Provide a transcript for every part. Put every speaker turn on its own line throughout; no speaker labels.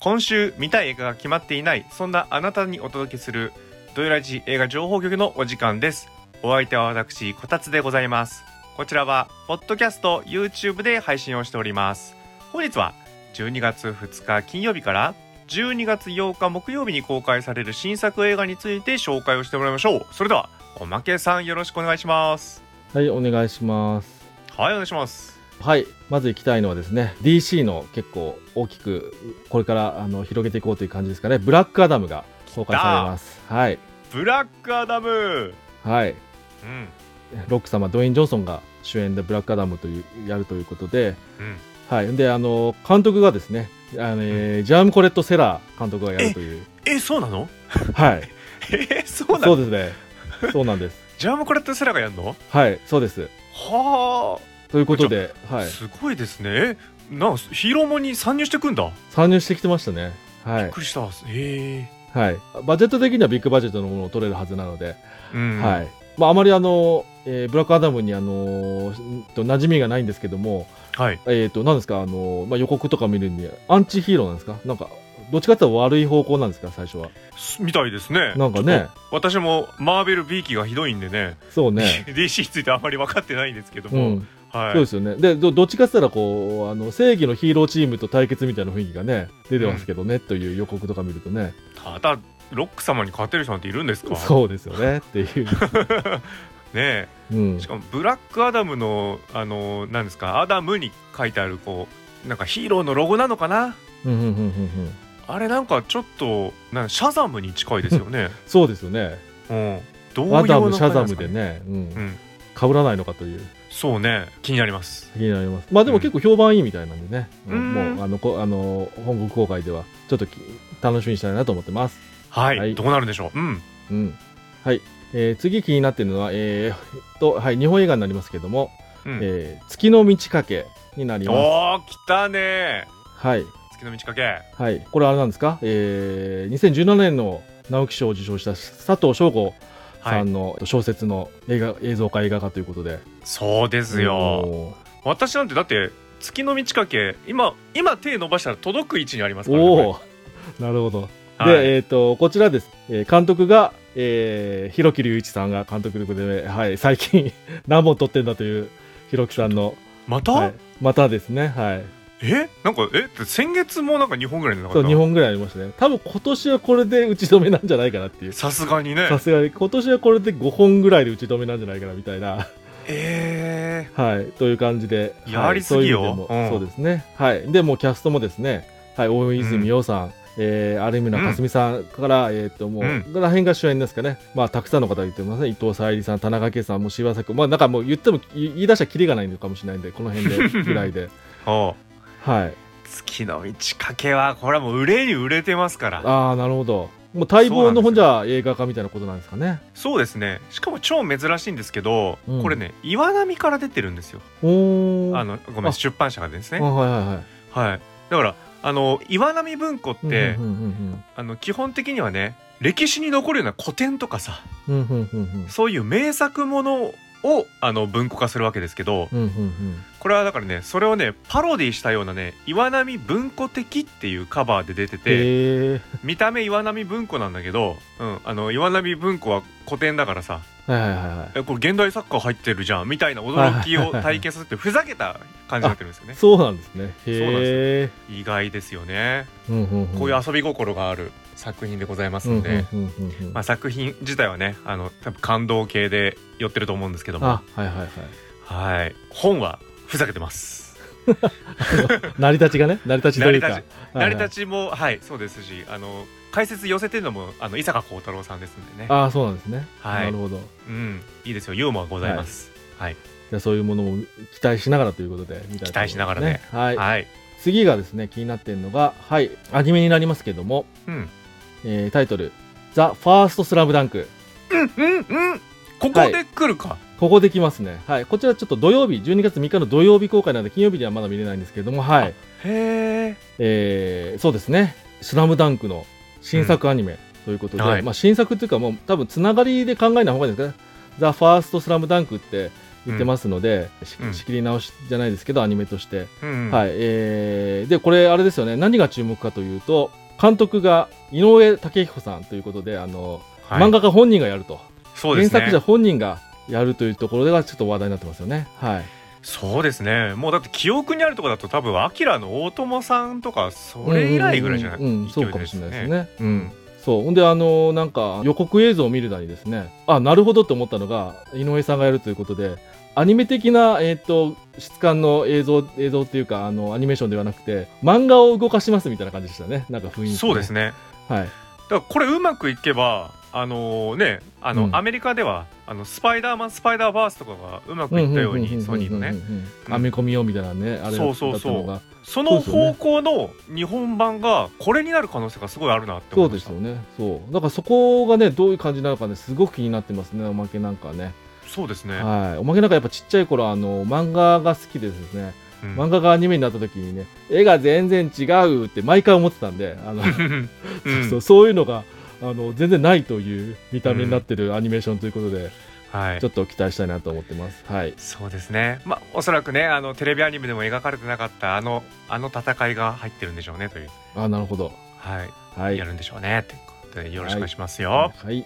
今週見たい映画が決まっていないそんなあなたにお届けする土曜ラジ映画情報局のお時間ですお相手は私こたつでございますこちらはポッドキャスト YouTube で配信をしております本日は12月2日金曜日から12月8日木曜日に公開される新作映画について紹介をしてもらいましょうそれではおまけさんよろしくお願いします
はい、お願いします。
はいお願いします
はい、まず行きたいのはですね、DC の結構大きく、これからあの広げていこうという感じですかね、ブラックアダムが公開されます。はい、
ブラックアダム
はい。
うん
ロック様、ドウェイン・ジョンソンが主演でブラックアダムというやるということで、
うん
はい。で、あの、監督がですね、あのえージャーム・コレット・セラー監督がやるという。
えそうなの
はい。
えそうな
そう
の
ですね。そうなんです。
ジャムコレットセラがやるの
はい、そうです。
は
ということで、
あ、
はい。
すごいですねえなんかヒーローもに参入してくんだ、
参入してきてましたね。は
びっ
い。
くりしたへえ
はい。バジェット的にはビッグバジェットのものを取れるはずなので、
うん
はいまあ、あまりあの、えーブラックアダムにあのーと馴染みがないんですけども、
はい
えー、となんですかあのー、まあ、予告とか見るにアンチヒーローなんですかなんかどっちかっていうと悪い方向なんですか最初は
すみたいですね
なんかね
私もマーベル B 期がひどいんでね
そ うね
DC についてあんまり分かってないんですけど
う
も、
ん、
はい
そうですよねでどどっちかって言ったらこうあの正義のヒーローチームと対決みたいな雰囲気がね出てますけどね、という予告とか見るとね
ただロック様に勝てる人なんているんですか
そうですよねって いう、
ね
うん
えし、かもブラックアダムのあのなんですかアダムに書いてあるこうなんかヒーローのロゴなのかな
うんうんうんうんうん
あれなんかちょっとなんシャザムに近いですよね
そうですよね
うん同様
ア
の
ダムシャザ
感じ
ム
すか
でね、う、
うんん
被らないのかという
そうね気になります
気になります。まあでも結構評判いいみたいなんでね、
うん
うん
う
も
ん
うあのこあの本国公開ではちょっとき楽しみにしたいなと思ってます。
はい、
はい
どうなるんでしょううん
うん。はい。えー次気になってるのは、えーえっと、はい、日本映画になりますけども、
うん、
えー月の満ち欠けになります。
おー来たね
はい。
月の満ち欠け
はい。これあれなんですかえー、2017年の直木賞を受賞した佐藤翔吾
は
さ
い
んの小説の映画、映像化映画化ということで。
そうですよ
おー
私なんてだって月の満ち欠け今今手伸ばしたら届く位置にありますからね
おお なるほど。
こ
で、
れはい
えっ、と、こちらです。えー監督が、えー、広木隆一さんが監督で、はい、最近 何本撮ってんだという広木さんの、
また、
はい、またですね、はい。
えなんかえって先月もなんか2本ぐらいじゃなか
そ
っ
う、
た
2本ぐらいありましたね。多分今年はこれで打ち止めなんじゃないかなっていう。
さすがにね
さすがに、今年はこれで5本ぐらいで打ち止めなんじゃないかなみたいな、
え
はい、という感じで。はい
やりすぎよ
そういう意味でも
うん
そうですね。はい。で、もうキャストもですね、はい、大泉洋さん、えー、有村架純さんから、えーっと、もう、
うん
この辺が主演ですかね。まあ、たくさんの方が言ってますね。伊藤沙莉さん、田中圭さん、もう柴咲まあ、なんかもう言っても、言言い出したらキリがないのかもしれないんで、この辺 で、ぐらいで。
ー、おう
はい。
月の満ち欠けはこれはもう売れに売れてますから
ああ、なるほど。もう待望の
そうなんですよ
本じゃあ映画化みたいなことなんですかね。
そうですねしかも超珍しいんですけど、
うん
これね岩波から出てるんですよ
おー。
あのごめ
あ
ん出版社がですね
あはいはいはい。
はいだからあの岩波文庫って、
うんうん
あの基本的にはね歴史に残るような古典とかさ
うんうん。うんうんうんうん。
そういう名作ものをあの文庫化するわけですけど、
うんうんうん。
これはだからねそれをねパロディしたようなね「岩波文庫的」っていうカバーで出てて、
へえ
見た目岩波文庫なんだけど、うん、あの岩波文庫は古典だからさ
ー。はいはいはいはい。
えこれ現代作家入ってるじゃんみたいな驚きを体験させてふざけた感じになってるんですよね
そうなんですね。
そうなん
へえ。
意外ですよね
うんうんん
こういう遊び心がある作品でございます
う
の
んうん
で、
うんうんうん
まあ、作品自体はねあの多分感動系で寄ってると思うんですけども
あ、はいはいはい。
はい本はふざけてます
成り立ちがね、成り立ちというか。
成り成り立ちもはいそうですしあの解説寄せてるのもあの伊坂幸太郎さんですんでね
はいはいああ、そうなんですね。
はい
なるほど。
うんいいですよユーモアございますはい
じゃあそういうものも期待しながらということで、みたいな
期待しながらね。
は。
はいい、
次がですね、気になってるのが、はい、アニメになりますけども、
うん
えータイトル、ザ・ファースト・スラムダンク。
うんうんここで来るか
ここできますね。はい。こちらちょっと土曜日、12月3日の土曜日公開なので、金曜日にはまだ見れないんですけども、はい。
へえ
えーそうですね「スラムダンクの新作アニメということで、
うんはい
まあ、新作というかもう多分つながりで考えない方がいいですね「ザ・ファースト・スラムダンクって売ってますので、し
うん
仕切り直しじゃないですけどアニメとして、
うん
はいえーでこれあれですよね何が注目かというと監督が井上武彦さんということであの、
はい
漫画家本人がやると、
そうで
原
すね
作者本人がやるというところではちょっと話題になってますよねはい
そうですねもうだって記憶にあるところだと多分アキラの大友さんとかそれ以来ぐらいじゃない
うんうんうんそうかもしれないですね
うん
そうほんであのなんか予告映像を見るなりですねあなるほどと思ったのが井上さんがやるということでアニメ的な、えー、と質感の映像映像っていうかあのアニメーションではなくて漫画を動かしますみたいな感じでしたねなんか雰囲気、
そうです
ね
ね
はい
だからこれうまくいけばあのねあの、
うん
アメリカではあのスパイダーマンスパイダーバースとかがうまくいったようにソニーの
うん
ね
うんうんうん
うん
編み込みようみたいなねあれだ
そ
っ
う
た
そう
のが
そうそ
そう
の方向の日本版がこれになる可能性がすごいあるなって思いま
で
し
す
た
よねそうだからそこがねどういう感じなのかねすごく気になってますねおまけなんかはね
そうですね、
はいおまけなんかやっぱちっちゃい頃あの漫画が好きでですね
うん
漫画がアニメになった時にね絵が全然違うって毎回思ってたんであの、
うん
そうそういうのがあの全然ないという見た目になってるアニメーションということで、
はい
ちょっと期待したいなと思ってます。はい
そうですねまあおそらくねあのテレビアニメでも描かれてなかったあのあの戦いが入ってるんでしょうねという
あなるほど
はい、
はい
やるんでしょうねっていうことでよろしくお願いしますよ、
はい、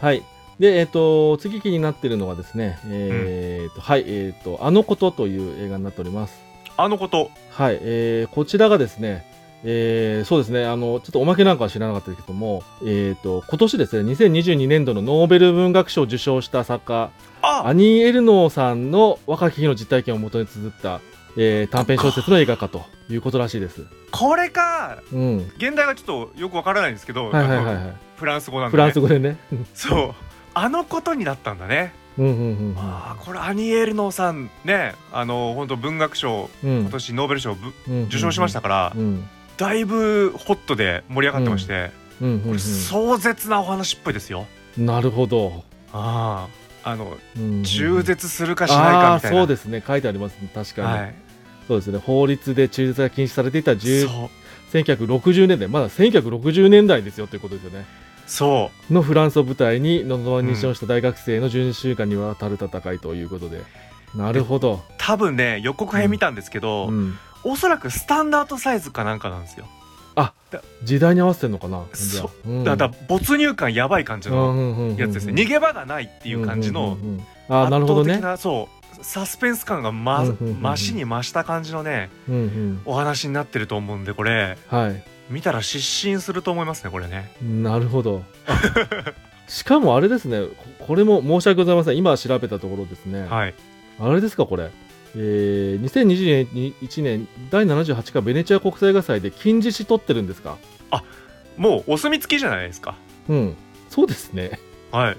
はい、でえっ、と次気になってるのがですねえーとはいえっ、とあのことという映画になっております。
あのこと
はい、えーこちらがですね、えーそうですね、あの、ちょっとおまけなんかは知らなかったけども、えっ、と、今年ですね、2022年度のノーベル文学賞を受賞した作家、
あ
アニー・エルノーさんの若き日の実体験をもとに綴った、えー短編小説の映画化ということらしいです。
これか
うん。
現代がちょっとよくわからないんですけど、
はいはいはい
あの
は。
フランス語ないん
フ
で、
ラ
ね
ン、ス語でね。
そうあのことになったんだね、
うんうん
ああこれアニエルノさんねあの本当文学賞
うんうん。
今年ノーベル賞ぶ
うん
受賞しました
か
から、
うん。
だいぶホットで盛り上がってまして、
うんうんうん
これ壮絶なお話っぽいですよ
なるほど。
あああの
うんうんうん
中絶するかしないかみたい
あ
な
あーそうですね書いてありますね確かに、
はい
そうですね法律で中絶が禁止されていた10
そう
1960年代まだ1960年代ですよということですよね
そ
のフランスを舞台に望まに勝した大学生の12週間にわたる戦いということで、なるほど、
う多分ね予告編見たんですけど、
うん、
おそらくスタンダードサイズかなんかなんですよ、
時代に合わせてるのかな、
そう
ん
だから没入感やばい感じのやつですね、逃
っ
げ場がないっていう感じの
あーなるほど
圧
ね、
倒的なそうサスペンス感がま、
うんうんうんうん
増しに増した感じのね
うんうん、
お話になってると思うんでこれ
はい
見たら失神すると思いますねこれね
なるほどあしかもあれですねここれも申し訳ございません今調べたところですね、
はい
あれですか、これ。えー、2021年第78回ベネチア国際映画祭で金獅子取ってるんですか
もうお墨付きじゃないですか
うん。そうですね。
はい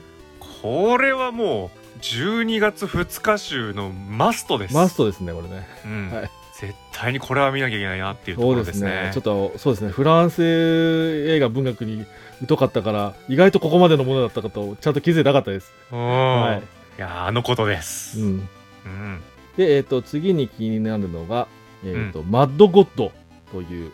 これはもう12月2日週のマストです
マストですね、これね。
うん
はい
絶対にこれは見なきゃいけないなっていうと
そ
こ
う
ろ
で
ですすね
ね。ちょっと、そうですね。フランス映画文学に疎かったから、意外とここまでのものだったかと、ちゃんと気づいてなかったです。
うん、
はい
やーあのことです、
い。うん。
うん
で、えっ、と、次に気になるのが、えっ、と、マッドゴッドという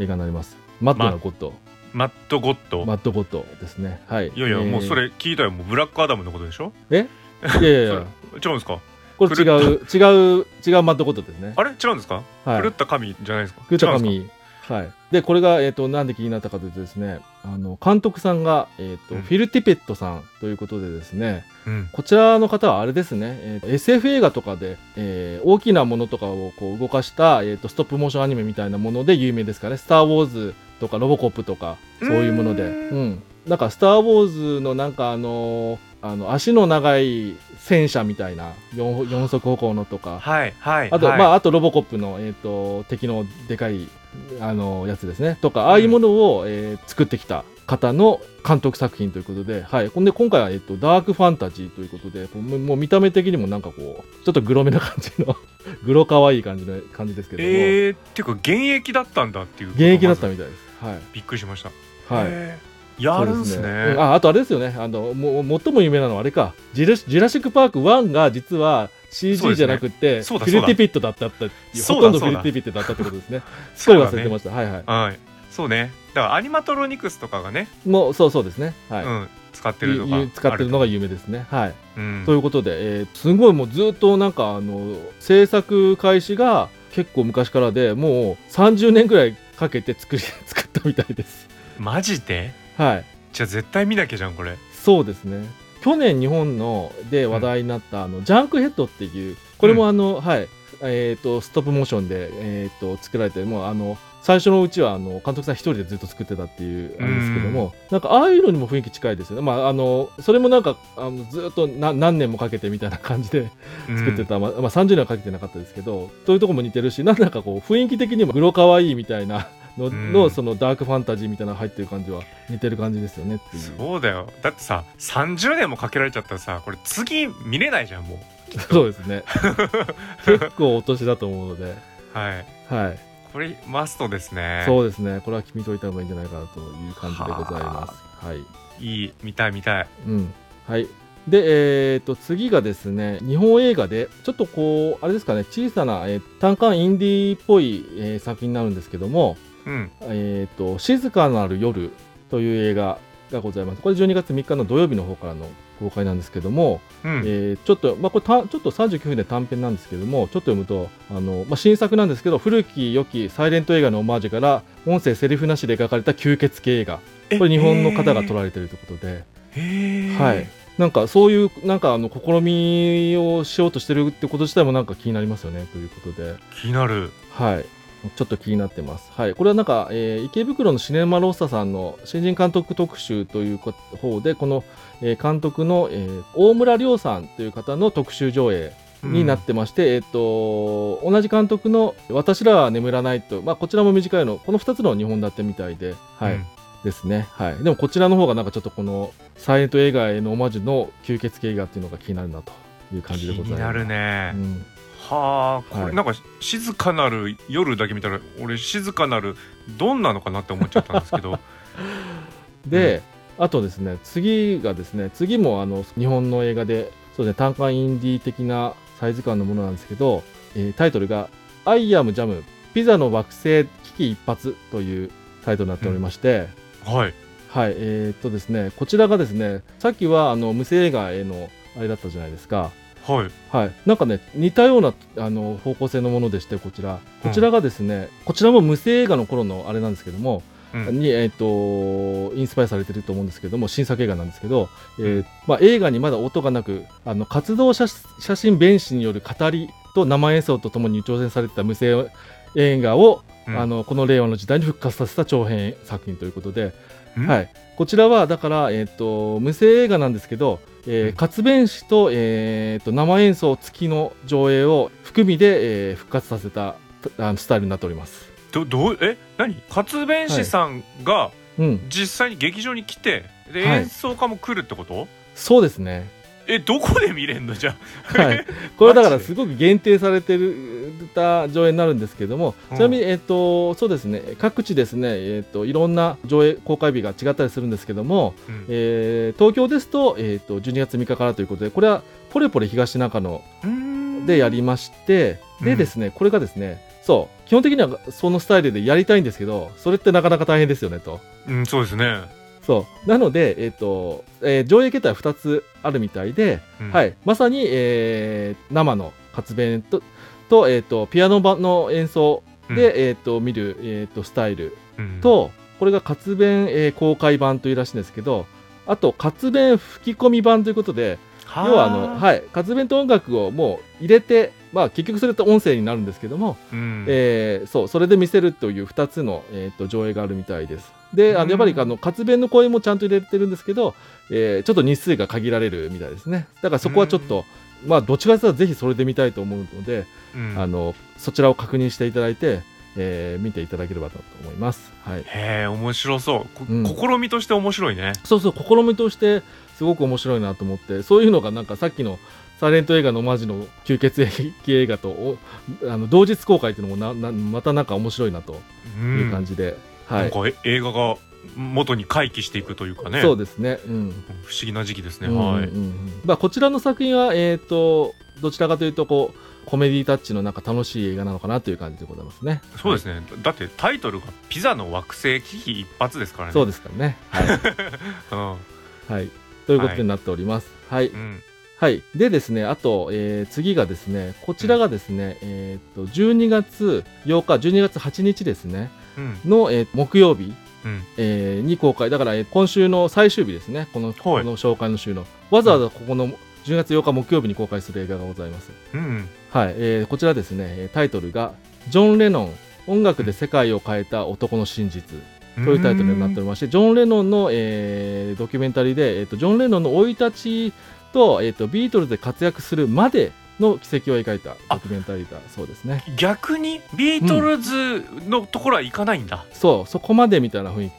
映画になります。マッドなゴッド。
マット・ゴッド、
マッドゴッドですね。はい。
いやいや、
えー
もうそ。れ聞いたよもうブラックアダムのことでしょ
いやいやい
それ違
や、
うんですか
これ違う、違う、違うマッドゴッドですね。
あれ違うんですか、
はい
狂った神じゃないですか
グータ
違うんです
神はい。で、これが、えっ、と、なんで気になったかというとですね、あの、監督さんが、えっ、と、
うん
フィル・ティペットさんということでですね、
かうん
こちらの方はあれですね、えー SF 映画とかで、えー大きなものとかをこう動かした、えっ、と、ストップモーションアニメみたいなもので有名ですかね、スター・ウォーズとかロボコップとか、そういうもので、
う
う
ー
ん,、なんか、スター・ウォーズのなんかあのーあの、足の長い戦車みたいな、4, 4足歩行のとか、
はいはい
あと、
はい
まあ、あとロボコップの、えっ、と、敵のでかい、あの、やつですね。とか、ああいうものを、えー作ってきた方の監督作品ということで、はい。ほんで、今回は、えっ、と、ダークファンタジーということで、こうもうもう見た目的にもなんかこう、ちょっとグロめな感じの、 グロ可愛い感じの感じですけども、
えー、っていうか現役だったんだっていう
現役だった
ま
みたいです。はい。
ずびっくりしました
はい。
へーやるんす
そう
ね
うんああとあれですよねあのもう最も有名なのはあれかジュラシジュラシック・パーク1が実は
そうで
CG
すね
じゃなくて、
そ
フ
うだ
ィル・ティピットだったっていう
そうだ
ほとんどフ
そう
ィ
だ
ル・ティピットだったってことですねす
そう
っかり
だ
忘れてました、はいは
はいそうねだからアニマトロニクスとかがね、
いもうそうそうですねはい、
うん使って
ゆ
るのが
ゆ使ってるのが有名ですね。はい、
うん
ということで、えーすごいもうずっとなんかあの制作開始が結構昔からでもう30年ぐらいかけて作り 作ったみたいです。
マジで
はい、
じゃあ絶対見なきゃじゃんこれ
そうですね去年日本ので話題になった、あのジャンクヘッドっていうこれもあの、はいえー、とストップモーションで、えー、と作られてもうあの最初のうちはあの監督さん一人でずっと作ってたっていうあれですけども、なんかああいうのにも雰囲気近いですよね、まあ、あのそれもなんかあのずっとな何年もかけてみたいな感じで 作って、た、まあまあ、30年はかけてなかったですけどというとこも似てるしなんだかこう雰囲気的にもグロかわいいみたいなの,、
うん
のそのダークファンタジーみたいなのが入ってる感じは似てる感じですよねって
うん
いう。
そうだよだってさ30年もかけられちゃったらさこれ次見れないじゃんも
そうですね。結構お年だと思うので、
うはい
はい、
これマストですね
そうですね。これは決めといた方がいいんじゃないかなという感じでございます。はい、
いい見たい見たい
うん、はい。で、えっ、と次がですね、日本映画でちょっとこうあれですかね、小さな、えー単館インディーっぽい、えー作品になるんですけども、
うん
えっ、と静かなる夜という映画がございます。これ12月3日の土曜日の方からの公開なんですけども、
うん、
えーちょっと、まあ、これたちょっと39分で短編なんですけどもちょっと読むとあの、まあ、新作なんですけど古き良きサイレント映画のオマージュから音声セリフなしで描かれた吸血鬼映画これ日本の方が撮られてるということで、
えー、
はい、なんかそういうなんかあの試みをしようとしてるってこと自体もなんか気になりますよねということで、
気になる
はい、ちょっと気になってます、はい、これはなんか、えー池袋のシネマロッサさんの新人監督特集というこ方でこの、えー監督の、えー大村亮さんという方の特集上映になってまして、えっと同じ監督の「私らは眠らないと」まあ、こちらも短いのこの2つの2本立てみたいで、はい
うん
ですね、はい、でもこちらの方がなんかちょっとこのサイレント映画へのオマージュの吸血鬼映画っていうのが気になるなという感じでござい
気に
ます。
なるね、
うん
はあこ
は
れ
い
なんか静かなる夜だけ見たら俺静かなるどんなのかなって思っちゃったんです けど
で、あとですね次がですね次もあの日本の映画でそうですね単館インディー的なサイズ感のものなんですけど、えータイトルが「アイアムジャムピザの惑星危機一発」というタイトルになっておりまして、
はい
はいえーっとですねこちらがですねさっきはあの無声映画へのあれだったじゃないですか。
はい
はい、なんかね似たようなあの方向性のものでしてこちらこちらがですね、こちらも無声映画の頃のあれなんですけども、
うん
に、えっとインスパイアされてると思うんですけども新作映画なんですけど、えーまあ、映画にまだ音がなくあの活動写写真弁士による語りと生演奏とともに挑戦されてた無声映画を、
うん
あのこの令和の時代に復活させた長編作品ということで、
うん
はい、こちらはだから、えっと無声映画なんですけど、
う
え
ん
ー、活弁士と,、えー、と生演奏付きの上映を含みで、えー復活させたあのスタイルになっております。
どどうえ何活弁士さんが
うん、
実際に劇場に来てで
はい
演奏家も来るってこと、
そうですね
えどこで見れんのじゃあ
はい、これだから
マジです
ごく限定されてるた上映になるんですけども、
うん
ちなみに、えっとそうですね、各地ですね、えっといろんな上映公開日が違ったりするんですけども、
うん
えー東京ですと,、えっと12月3日からということでこれはポレポレ東中野
うーん
でやりまして、
う
で
ん
ですねこれがですねそう基本的にはそのスタイルでやりたいんですけどそれってなかなか大変ですよねと。
うんそうですね、
そうなので、えっとえー上映形態は2つあるみたいで、
うん
はい、まさに、えー生の活弁とと,、えー、とピアノ版の演奏で、
うん
えー、と見る、えー、とスタイル
うん
と、これが活弁、えー公開版というらしいんですけどあと活弁吹き込み版ということで
は
要はあの、はい、活弁と音楽をもう入れて、まあ、結局それと音声になるんですけども、
うん
えーそうそれで見せるという2つの、えー、と上映があるみたいです。であ
うん
のやっぱりあの活弁の声もちゃんと入れてるんですけど、えーちょっと日数が限られるみたいですねだからそこはちょっと、まあどっちかというとぜひそれで見たいと思うので、
うん
あのそちらを確認していただいて、えー見ていただければと思います。はい、
へえ面白そうこ、
うん
試みとして面白いね
そうそう試みとしてすごく面白いなと思ってそういうのがなんかさっきのサイレント映画のオマージュの吸血鬼映画とおあの同日公開っていうのもななまたなんか面白いなと
う
い
ん
う感じで、は
ないん、かえ映画が元に回帰していくというかね
そうですね。うん。
不思議な時期ですね、
うん
は
う
い
んうんまあこちらの作品はえっ、とどちらかというとこうコメディタッチのなんか楽しい映画なのかなという感じでございますね。
そうですね、だだってタイトルが「ピザの惑星危機一発」ですからね
そうですからね。はい。
うん
はい。ということになっております。はい、
うん
はい、でですね、あと、えー次がですね、こちらがですね、えーっと12月8日、12月8日ですね、
うん
の、えー木曜日、
うん
えーに公開、だから、えー今週の最終日ですね、この,、この紹介の週の、わざわざここの10月8日木曜日に公開する映画がございます。
うん
はい、えーこちらですね、えータイトルが、ジョン・レノン、音楽で世界を変えた男の真実
う
というタイトルになっておりまして、ジョン・レノンの、えードキュメンタリーで、えーとジョン・レノンの生い立ちと,、えーとビートルズで活躍するまでの軌跡を描いたドキュメンタリーだそうですね。
逆にビートルズのところは行かないんだ、
そう、そこまでみたいな雰囲気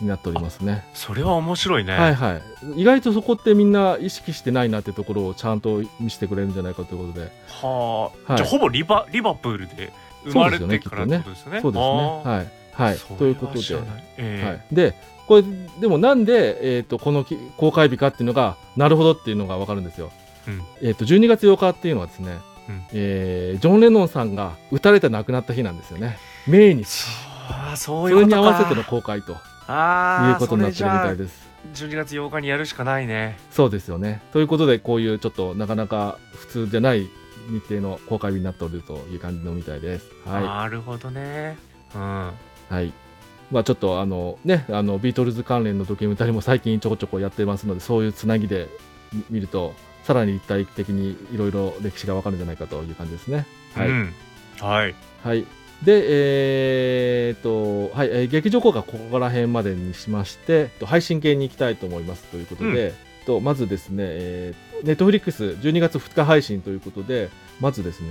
になっておりますね。
それは面白いね、
はいはい。意外とそこってみんな意識してないなってところをちゃんと見せてくれるんじゃないかということで、
はあ、
は
じ
い
ゃあほぼリバリバプールで生まれてからってことですよね。
そうですね。
あ
はい。
ー
はい。ということ
それ
で
は知。らないええ
はい、でこれでもなんで、えー、とこのき公開日かっていうのがなるほどっていうのが分かるんですよ、
うん
えー、と12月8日っていうのはですね、
うん
えージョン・レノンさんが撃たれて亡くなった日なんですよね命日
ああそ
そう
いうこ
れ
とか
に合わせての公開とい
あ
うことになってるみたい
で
です
12月8日にやるしかないね
そうですよねということでこういうちょっとなかなか普通じゃない日程の公開日になっておるという感じのみたいですは
なるほどねうん
い、はいまあ、ちょっとあのねあのビートルズ関連のドキュメンタリーも最近ちょこちょこやってますのでそういうつなぎでみ見るとさらに立体的にいろいろ歴史がわかるんじゃないかという感じですね。はい、
うんはい
はいで、えーっと、はい、えー劇場公開はここら辺までにしまして、えっと配信系に行きたいと思いますということで、
うん
えっとまずですね、えー、ネットフリックス12月2日配信ということで、まずですね、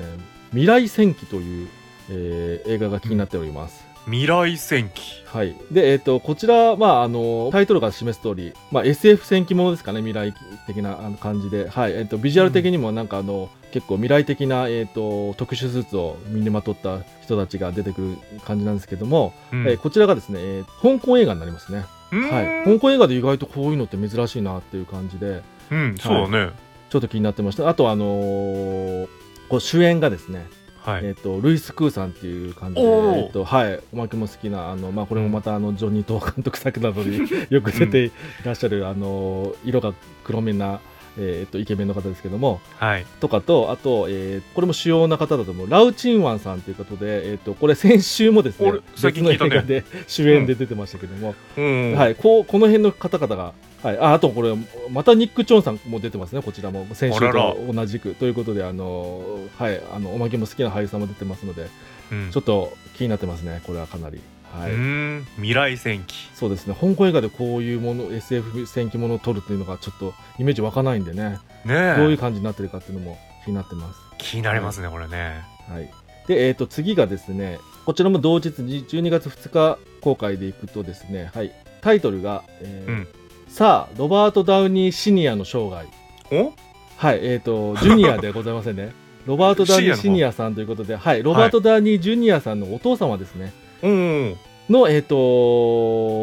未来戦記という、えー映画が気になっております。
未来戦記
はい、で、えー、とこちら、まああの、タイトルが示す通り、まあ、SF 戦記ものですかね、未来的なあの感じで、はいえー、とビジュアル的にもなんかあの、結構未来的な、えー、と特殊スーツを身にまとった人たちが出てくる感じなんですけども、
うん
えーこちらがですね、えー香港映画になりますね、
うん
はい。香港映画で意外とこういうのって珍しいなっていう感じで、
うんそうだね
ちょっと気になってました。あと、あのーこう主演がですね、
はい
えっとルイス・クーさんっていう感じで、
おー
えっとはい、おまけも好きなあの、まあ、これもまたあのジョニー・トー監督作などに よく出ていらっしゃる、あの色が黒めな、えっとイケメンの方ですけども
はい
とかとあと、えーこれも主要な方だと思うラウ・チンワンさんということで、えっとこれ先週もですね
俺最
別
近
の
聞い
映
たね
画で主演で出てましたけども、
うん
はい、こうこの辺の方々が、はい、ああとこれまたニック・チョンさんも出てますねこちらも先週
あらら
と同じくということであの、はい、あのおまけも好きな俳優さんも出てますので。
うん
ちょっと気になってますね、これはかなり。はい
うん未来戦記
そうですね香港映画でこういうもの SF 戦記ものを撮るっていうのがちょっとイメージ湧かないんでね、
ね
どういう
え
感じになってるかっていうのも気になってます、
気になりますねこれね
はい、で、えー、と次がですねこちらも同日に12月2日公開でいくとですね、はい、タイトルが、えー
うん
さあロバート・ダウニー・シニアの生涯」
お
はい、えっ、と、ジュニアでございません ね。ロバート・ダウニー・シニアさんということで、はい、ロバート・ダウニー・ジュニアさんのお父様ですね。
うん
の、えっ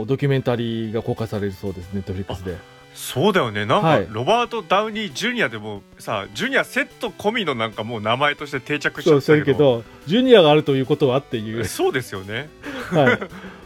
とドキュメンタリーが公開されるそうです、ネットフリックスで。
そうだよねなんか、
はい
ロバート・ダウニー・ジュニアでもさジュニアセット込みのなんかもう名前として定着しち
そ
ゃ
う
っ
して
た
る
け
け
ど
ど、ジュニアがあるということはって いう、
そうですよね
はい、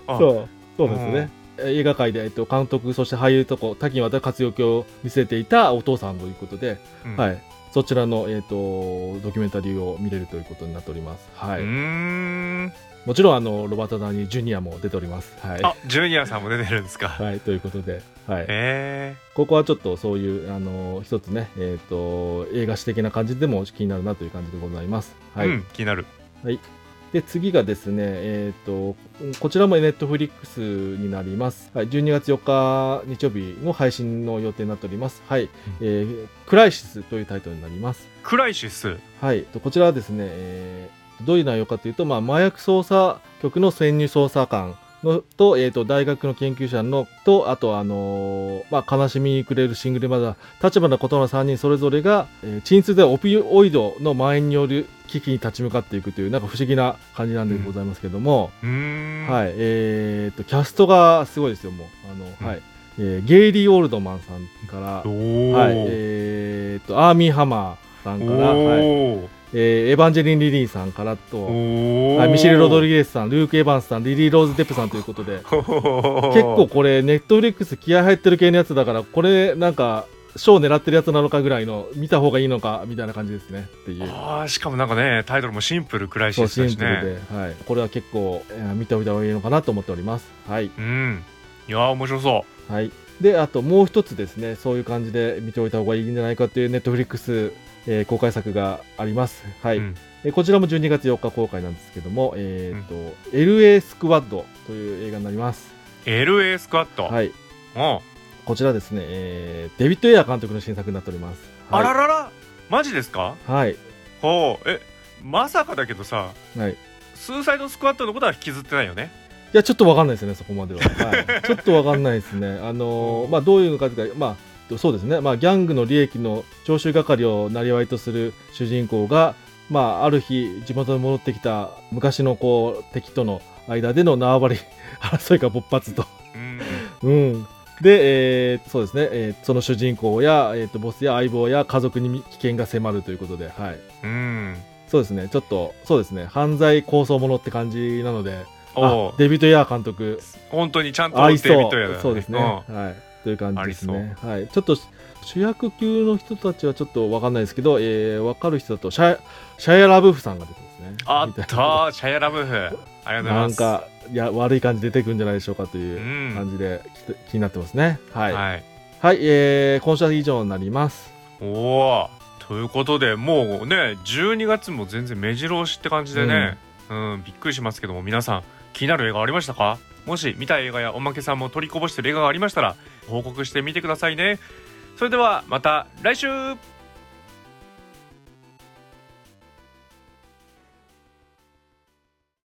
あ
そうそうなんですね。え映画界で、えっと、監督、そして俳優とこう多岐にわたる活躍を見せていたお父さんということで、
うん
はい、そちらの、えっとドキュメンタリーを見れるということになっております。は
う
い、
ーん
もちろんあのロバート・ダウニー・ジュニアも出ております。はい、
あジュニアさんも出てるんですか、
はい、ということで、はい、
え
ここはちょっとそういう、あの一つね、えっ、と、映画史的な感じでも気になるなという感じでございます。
ー
はい。
うん気になる
はい。で、次がですね、えっ、と、こちらもネットフリックスになります。はい。12月4日日曜日の配信の予定になっております。はい。えークライシスというタイトルになります。
クライシス
はい。とこちらはですね、えーどういう内容かというと、まあ、麻薬捜査局の潜入捜査官のと、えっ、と、大学の研究者のと、あと、あのーまあ、悲しみに暮れるシングルマザー、立場の異なる3人それぞれが、えー鎮痛剤オピオイドの蔓延による危機に立ち向かっていくという、なんか不思議な感じなんでございますけども、
うーん
はいい。えっ、と、キャストがすごいですよ、もう。あの、
うん
はい。えーゲイリー・オールドマンさんから
お、
はい。
ー
えっ、と、アーミー・ハマーさん
お
から、はい。
ー
ええーエヴァンジェリン・リリーさんからと、
お
はい、
お
ミシェル・ロド
リ
リゲスさんルーク・エヴァンスさんリリー・ローズ・デップさんということで
結
結構これネットフリックス気合入ってる系のやつだからこれなんか賞狙ってるやつなのかぐらいの見た方がいいのかみたいな感じですねっていう
ああしかもなんかねタイトルもシンプルくらいし
そう
で
シ
す
ン
し
プル
ね
で、はい、これは結構、えー見ておいた方がいいのかなと思っておりますはい、
うんいやー面白そ
はい、であともう一つですねそういう感じで見ておいた方がいいんじゃないかというネットフリックス公開作があります、は
う、
い
うん
えーこちらも12月4日公開なんですけども、えーと LA スクワッドという映画になります、
LA スクワット、
はい、
うん
こちらですね、えーデビッド・エア監督の新作になっております、はい、
あらららマジですか
はい、
ほうえまさかだけどさ
はい、い
スーサイドスクワットのことは引きずってないよね
やちょっとわかんないですねそこまでは、 はい、ちょっとわかんないですねあのーまあどういう感じかまあそうですねまあギャングの利益の徴収係を生りわいとする主人公がまあある日地元に戻ってきた昔のこう敵との間での縄張り 争いが勃発と
うん
うん、で、えーそうですね、えーその主人公や、えー、とボスや相棒や家族に危険が迫るということで、はい、
うん
そうですね、ちょっと、そうですね、犯罪構想ものって感じなので、
おう
あデビッド・ヤー監督、
本当にちゃんと
合い
デビ
そ
ットやだ
う、そうですね、
ん
はい、という感じですね、はい、ちょっと主役級の人たちはちょっと分かんないですけど、えー、分かる人だとシャ、シャヤラブフさんが出てますね。
あっ
み
た
いな
ーシャヤラブフありがとうござい
な
ま
ん
す
かいや悪い感じ出てくるんじゃないでしょうかと
う
いうん感じで、き気になってますね。はい
はい
はい、えー、今週は以上になります。
おおということでもうね12月も全然目白押しって感じでね、うんびっくりしますけども皆さん気になる映画ありましたかもし見た映画やおまけさんも取りこぼしてる映画がありましたら報告してみてくださいねそれではまた来週